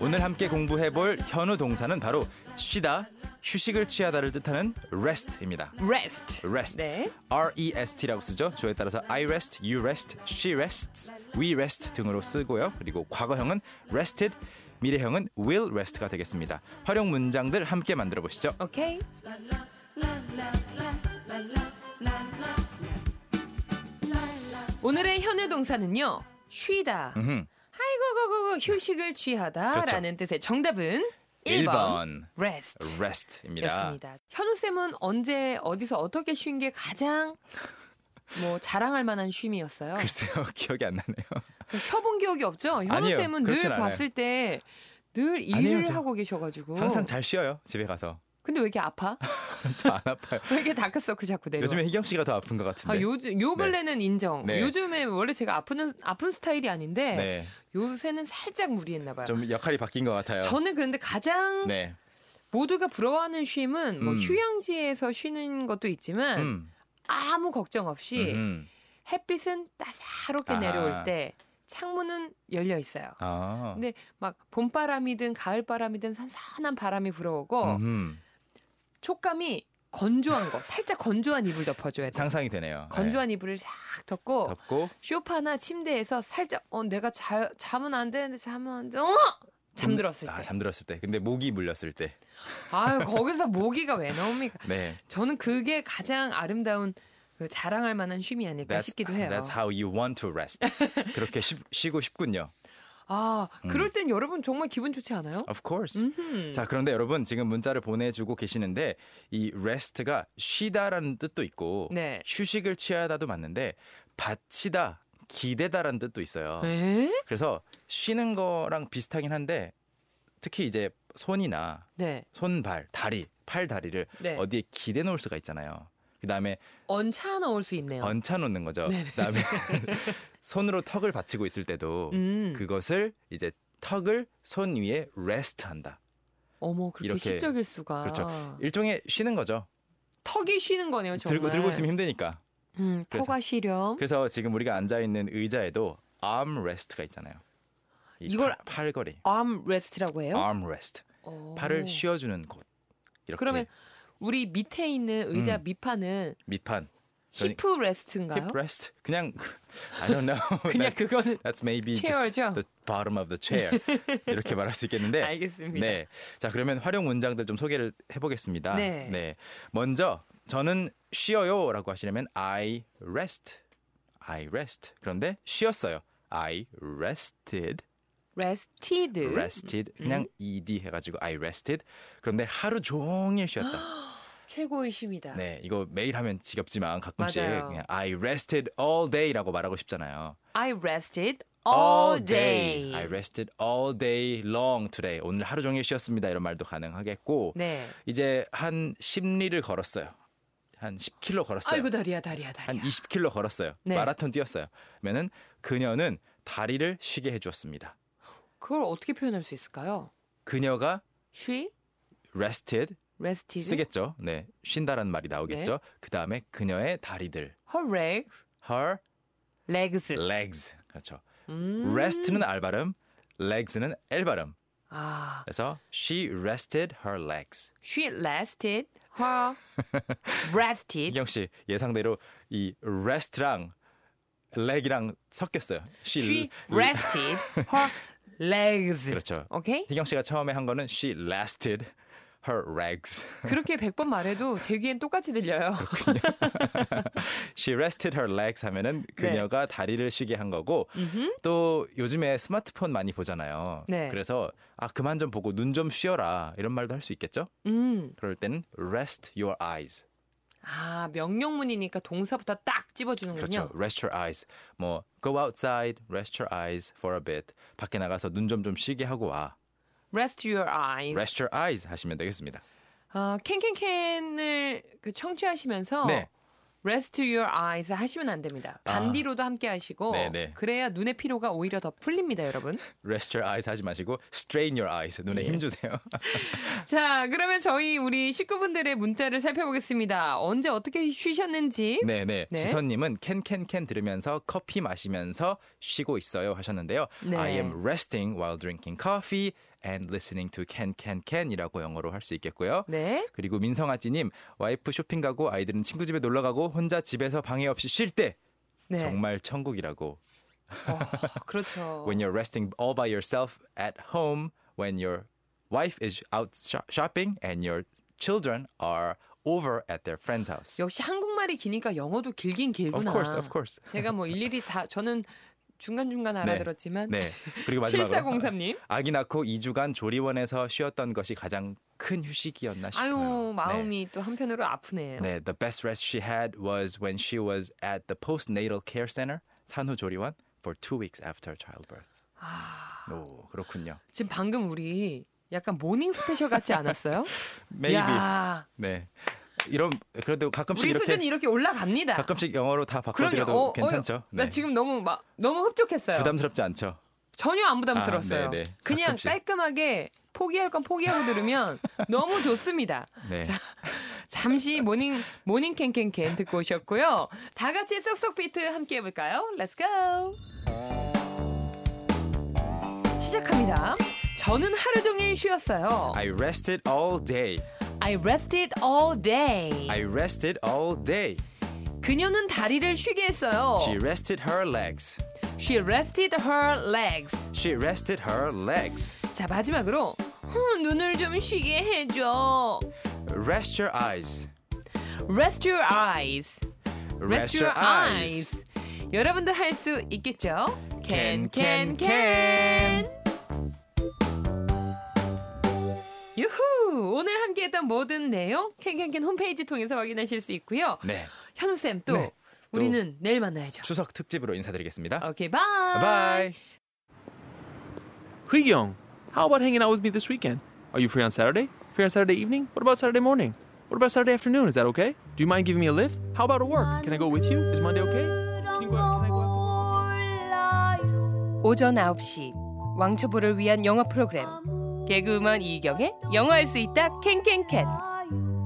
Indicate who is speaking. Speaker 1: 오늘 함께 공부해 볼 현우 동사는 바로 쉬다, 휴식을 취하다를 뜻하는 rest입니다.
Speaker 2: rest.
Speaker 1: rest.
Speaker 2: 네.
Speaker 1: rest라고 쓰죠. 주어에 따라서 I rest, you rest, she rests, we rest 등으로 쓰고요. 그리고 과거형은 rested, 미래형은 will rest가 되겠습니다. 활용 문장들 함께 만들어 보시죠.
Speaker 2: 오케이. 오늘의 현우 동사는요. 쉬다.
Speaker 1: 음흠. 그렇죠.
Speaker 2: 아이고 고고고 휴식을 취하다라는 뜻의 정답은 1번,
Speaker 1: 일 번.
Speaker 2: rest.
Speaker 1: rest입니다.
Speaker 2: 였습니다. 현우 쌤은 언제 어디서 어떻게 쉰 게 가장 뭐 자랑할 만한 쉼이었어요.
Speaker 1: 글쎄요, 기억이 안 나네요.
Speaker 2: 쉬어본 기억이 없죠. 현우
Speaker 1: 아니에요.
Speaker 2: 쌤은 늘
Speaker 1: 그렇진 않아요.
Speaker 2: 봤을 때 늘 일을
Speaker 1: 아니에요, 저-
Speaker 2: 하고 계셔가지고.
Speaker 1: 항상 잘 쉬어요. 집에 가서
Speaker 2: 근데 왜 이렇게 아파?
Speaker 1: 저 안 아파요.
Speaker 2: 왜 이렇게 다크서클 자꾸 내려?
Speaker 1: 요즘에 희경 씨가 더 아픈 것 같은데.
Speaker 2: 네. 아, 요즘 요 근래는 인정.
Speaker 1: 네.
Speaker 2: 요즘에 원래 제가 아픈 아픈 스타일이 아닌데
Speaker 1: 네,
Speaker 2: 요새는 살짝 무리했나 봐요.
Speaker 1: 좀 역할이 바뀐 것 같아요.
Speaker 2: 저는 그런데 가장
Speaker 1: 예. 네,
Speaker 2: 모두가 부러워하는 쉼은 뭐
Speaker 1: 음.
Speaker 2: 휴양지에서 쉬는 것도 있지만
Speaker 1: 음,
Speaker 2: 아무 걱정 없이
Speaker 1: 음,
Speaker 2: 햇빛은 따사롭게
Speaker 1: 아하.
Speaker 2: 내려올 때 창문은 열려 있어요.
Speaker 1: 아,
Speaker 2: 근데 막 봄바람이든 가을바람이든 산산한 바람이 불어오고
Speaker 1: 음,
Speaker 2: 촉감이 건조한 거 살짝 건조한 이불 덮어줘야 돼. 요
Speaker 1: 상상이 되네요.
Speaker 2: 건조한 이불을 싹 덮고
Speaker 1: 네. 덥고
Speaker 2: 쇼파나 침대에서 살짝 어 내가 자, 잠은 안 되는데 잠은 안 돼. 어! 잠들었을 때.
Speaker 1: 음. 아, 잠들었을 때. 근데 목이 물렸을 때.
Speaker 2: 아유 거기서 모기가 왜 나옵니까?
Speaker 1: 네.
Speaker 2: 저는 그게 가장 아름다운 그 자랑할 만한 쉼이 아닐까 싶기도 그러니까 해요.
Speaker 1: That's how you want to rest. 그렇게 쉬, 쉬고 싶군요.
Speaker 2: 아 그럴 땐 여러분 정말 기분 좋지 않아요?
Speaker 1: Of course. 음.
Speaker 2: 음.
Speaker 1: 자, 그런데 여러분 지금 문자를 보내주고 계시는데 이 rest가 쉬다라는 뜻도 있고
Speaker 2: 네.
Speaker 1: 휴식을 취하다도 맞는데 바치다, 기대다라는 뜻도 있어요.
Speaker 2: 에?
Speaker 1: 그래서 쉬는 거랑 비슷하긴 한데 특히 이제 손이나
Speaker 2: 네.
Speaker 1: 손발, 다리, 팔 다리를
Speaker 2: 네.
Speaker 1: 어디에 기대 놓을 수가 있잖아요. 그다음에
Speaker 2: 얹혀 넣을 수 있네요.
Speaker 1: 얹혀 놓는 거죠. 그다음에 손으로 턱을 받치고 있을 때도
Speaker 2: 음.
Speaker 1: 그것을 이제 턱을 손 위에 rest한다.
Speaker 2: 어머 그렇게
Speaker 1: 이렇게-
Speaker 2: 시적일 수가.
Speaker 1: 그렇죠. 일종의 쉬는 거죠.
Speaker 2: 턱이 쉬는 거네요 정말.
Speaker 1: 들고 들고 있으면 힘드니까.
Speaker 2: 음,
Speaker 1: 그래서-
Speaker 2: 터가 쉬렴.
Speaker 1: 그래서 지금 우리가 앉아 있는 의자에도 arm rest가 있잖아요. 이
Speaker 2: 이걸-
Speaker 1: 팔- 팔걸이
Speaker 2: arm rest라고 해요.
Speaker 1: arm rest
Speaker 2: 어.
Speaker 1: 아, 팔을 쉬어주는 곳 이렇게
Speaker 2: 그러면 우리 밑에 있는 의자
Speaker 1: 음.
Speaker 2: 밑판은
Speaker 1: 밑판 저희-
Speaker 2: 히프 레스트인가요?
Speaker 1: hip rest 그냥 I don't know
Speaker 2: 그냥 그거는
Speaker 1: that's maybe
Speaker 2: Chair죠?
Speaker 1: just the bottom of the chair 이렇게 말할 수 있겠는데
Speaker 2: 알겠습니다.
Speaker 1: 네. 자, 그러면 활용 문장들 좀 소개를 해보겠습니다.
Speaker 2: 네.
Speaker 1: 먼저 저는 쉬어요라고 하시려면 I rest, I rest. 그런데 쉬었어요. I rested,
Speaker 2: rested.
Speaker 1: rested.
Speaker 2: 음.
Speaker 1: 그냥 ed 해가지고 I rested. 그런데 하루 종일 쉬었다.
Speaker 2: 최고의 쉼이다.
Speaker 1: 네, 이거 매일 하면 지겹지만 가끔씩
Speaker 2: 맞아요.
Speaker 1: 그냥 I rested all day라고 말하고 싶잖아요.
Speaker 2: I rested all day.
Speaker 1: I rested all day long today. 오늘 하루 종일 쉬었습니다. 이런 말도 가능하겠고.
Speaker 2: 네.
Speaker 1: 이제 한 10리를 걸었어요. 한 10km 걸었어요.
Speaker 2: 아이고 다리야 다리야
Speaker 1: 한
Speaker 2: 다리야.
Speaker 1: 20km 걸었어요.
Speaker 2: 네.
Speaker 1: 마라톤 뛰었어요. 그러면은 그녀는 다리를 쉬게 해주었습니다.
Speaker 2: 그걸 어떻게 표현할 수 있을까요?
Speaker 1: 그녀가
Speaker 2: she
Speaker 1: rested
Speaker 2: rested
Speaker 1: 쓰겠죠. 네, 쉰다라는 말이
Speaker 2: 네.
Speaker 1: 나오겠죠. 그 다음에 그녀의 다리들
Speaker 2: her legs
Speaker 1: her 어.
Speaker 2: legs.
Speaker 1: legs 그렇죠.
Speaker 2: 음.
Speaker 1: rest는 알 발음, legs는 엘 발음.
Speaker 2: 아,
Speaker 1: 그래서 she rested her legs.
Speaker 2: she rested her rested.
Speaker 1: 이경 씨 예상대로 이 rest랑 leg이랑 섞였어요.
Speaker 2: she rested her legs.
Speaker 1: 그렇죠.
Speaker 2: 오케이?
Speaker 1: 희경 씨가 처음에 한 거는 she lasted her rags.
Speaker 2: 그렇게 100번 말해도 제 귀엔 똑같이 들려요.
Speaker 1: she rested her legs
Speaker 2: 네.
Speaker 1: 하면은 그녀가 다리를 쉬게 한 거고 또 요즘에 스마트폰 많이 보잖아요.
Speaker 2: 네.
Speaker 1: 그래서 아 그만 좀 보고 눈 좀 쉬어라 이런 말도 할 수 있겠죠?
Speaker 2: 음.
Speaker 1: 그럴 때는 rest your eyes.
Speaker 2: 아, 명령문이니까 동사부터 딱 집어주는군요.
Speaker 1: 그렇죠. rest your eyes. 뭐 go outside, rest your eyes for a bit. 밖에 나가서 눈 좀 좀 쉬게 하고 와.
Speaker 2: Rest your eyes.
Speaker 1: rest your
Speaker 2: 어,
Speaker 1: eyes 하시면 되겠습니다.
Speaker 2: 아, 캔캔캔을 그 청취하시면서
Speaker 1: 네.
Speaker 2: rest your eyes 하시면 안 됩니다.
Speaker 1: 아.
Speaker 2: 반디로도 함께 하시고
Speaker 1: 네네.
Speaker 2: 그래야 눈의 피로가 오히려 더 풀립니다, 여러분.
Speaker 1: rest your eyes 하지 마시고 strain your eyes 눈에
Speaker 2: 네.
Speaker 1: 힘 주세요.
Speaker 2: 자, 그러면 저희 우리 식구분들의 문자를 살펴보겠습니다. 언제 어떻게 쉬셨는지.
Speaker 1: 네, 네.
Speaker 2: 네.
Speaker 1: 지선님은 캔캔캔 들으면서 커피 마시면서 쉬고 있어요 하셨는데요.
Speaker 2: 네.
Speaker 1: I am resting while drinking coffee and listening to 캔캔캔이라고 영어로 할 수 있겠고요.
Speaker 2: 네.
Speaker 1: 그리고 민성아찌님 와이프 쇼핑 가고 아이들은 친구 집에 놀러 가고 혼자 집에서 방해 없이 쉴 때
Speaker 2: 네.
Speaker 1: 정말 천국이라고.
Speaker 2: 어, 그렇죠.
Speaker 1: When you're resting all by yourself at home, when your wife is out sho- shopping and your children are over at their friend's house.
Speaker 2: 역시 한국말이 기니까 영어도 길긴 길구나.
Speaker 1: Of course, of course.
Speaker 2: 제가 뭐 일일이 다 저는 중간중간 알아들었지만
Speaker 1: 네. 그리고 마지막으로
Speaker 2: 7403님.
Speaker 1: 아기 낳고 2주간 조리원에서 쉬었던 것이 가장 큰 휴식이었나
Speaker 2: 아유,
Speaker 1: 싶어요. 네.
Speaker 2: 마음이 또 한편으로 아프네요.
Speaker 1: 네, the best rest she had was when she was at the postnatal care center 산후조리원 for two weeks after childbirth. 오, 그렇군요.
Speaker 2: 지금 방금 우리 약간 모닝 스페셜 같지 않았어요?
Speaker 1: Maybe.
Speaker 2: 야,
Speaker 1: 네. 이런 그래도 가끔씩
Speaker 2: 우리
Speaker 1: 이렇게
Speaker 2: 수준이 이렇게 올라갑니다.
Speaker 1: 가끔씩 영어로 다
Speaker 2: 그럼요.
Speaker 1: 바꿔드려도
Speaker 2: 어, 어,
Speaker 1: 괜찮죠? 네.
Speaker 2: 나 지금 너무 막 너무 흡족했어요.
Speaker 1: 부담스럽지 않죠?
Speaker 2: 전혀 안 부담스러웠어요.
Speaker 1: 아, 네네.
Speaker 2: 그냥
Speaker 1: 가끔씩.
Speaker 2: 깔끔하게 포기할 건 포기하고 들으면 너무 좋습니다.
Speaker 1: 네.
Speaker 2: 잠시 모닝 모닝 캔캔캔 듣고 오셨고요. 다 같이 쏙쏙 비트 함께 해볼까요? Let's go. 시작합니다. 저는 하루 종일 쉬었어요.
Speaker 1: I rested all day.
Speaker 2: I rested all day.
Speaker 1: I rested all day.
Speaker 2: 그녀는 다리를 쉬게 했어요.
Speaker 1: She rested her legs.
Speaker 2: She rested her legs.
Speaker 1: She rested her legs.
Speaker 2: 자 마지막으로 후, 눈을 좀 쉬게 해줘.
Speaker 1: Rest your eyes.
Speaker 2: Rest your eyes.
Speaker 1: Rest your eyes.
Speaker 2: 여러분도 할 수 있겠죠? 캔
Speaker 1: Can, can,
Speaker 2: 캔
Speaker 1: can.
Speaker 2: 캔 유후! 오늘 함께했던 모든 내용 캔캔캔 홈페이지 통해서 확인하실 수 있고요.
Speaker 1: 네.
Speaker 2: 현우 쌤 또
Speaker 1: 네, 또.
Speaker 2: 우리는 내일 만나야죠.
Speaker 1: 추석 특집으로 인사드리겠습니다.
Speaker 2: 오케이 바이.
Speaker 1: 바이.
Speaker 3: Young, how about hanging out with me this weekend? Are you free on Saturday? Free on Saturday evening? What about Saturday morning? What about Saturday afternoon? Is that okay? Do you mind giving me a lift? How about at work? Can I go with you? Is Monday okay? Can you go out? Can I go out?
Speaker 4: 오전 9시 왕초보를 위한 영어 프로그램 개그우먼 이경의 영어할 수 있다 캔캔캔
Speaker 5: 캔캔캔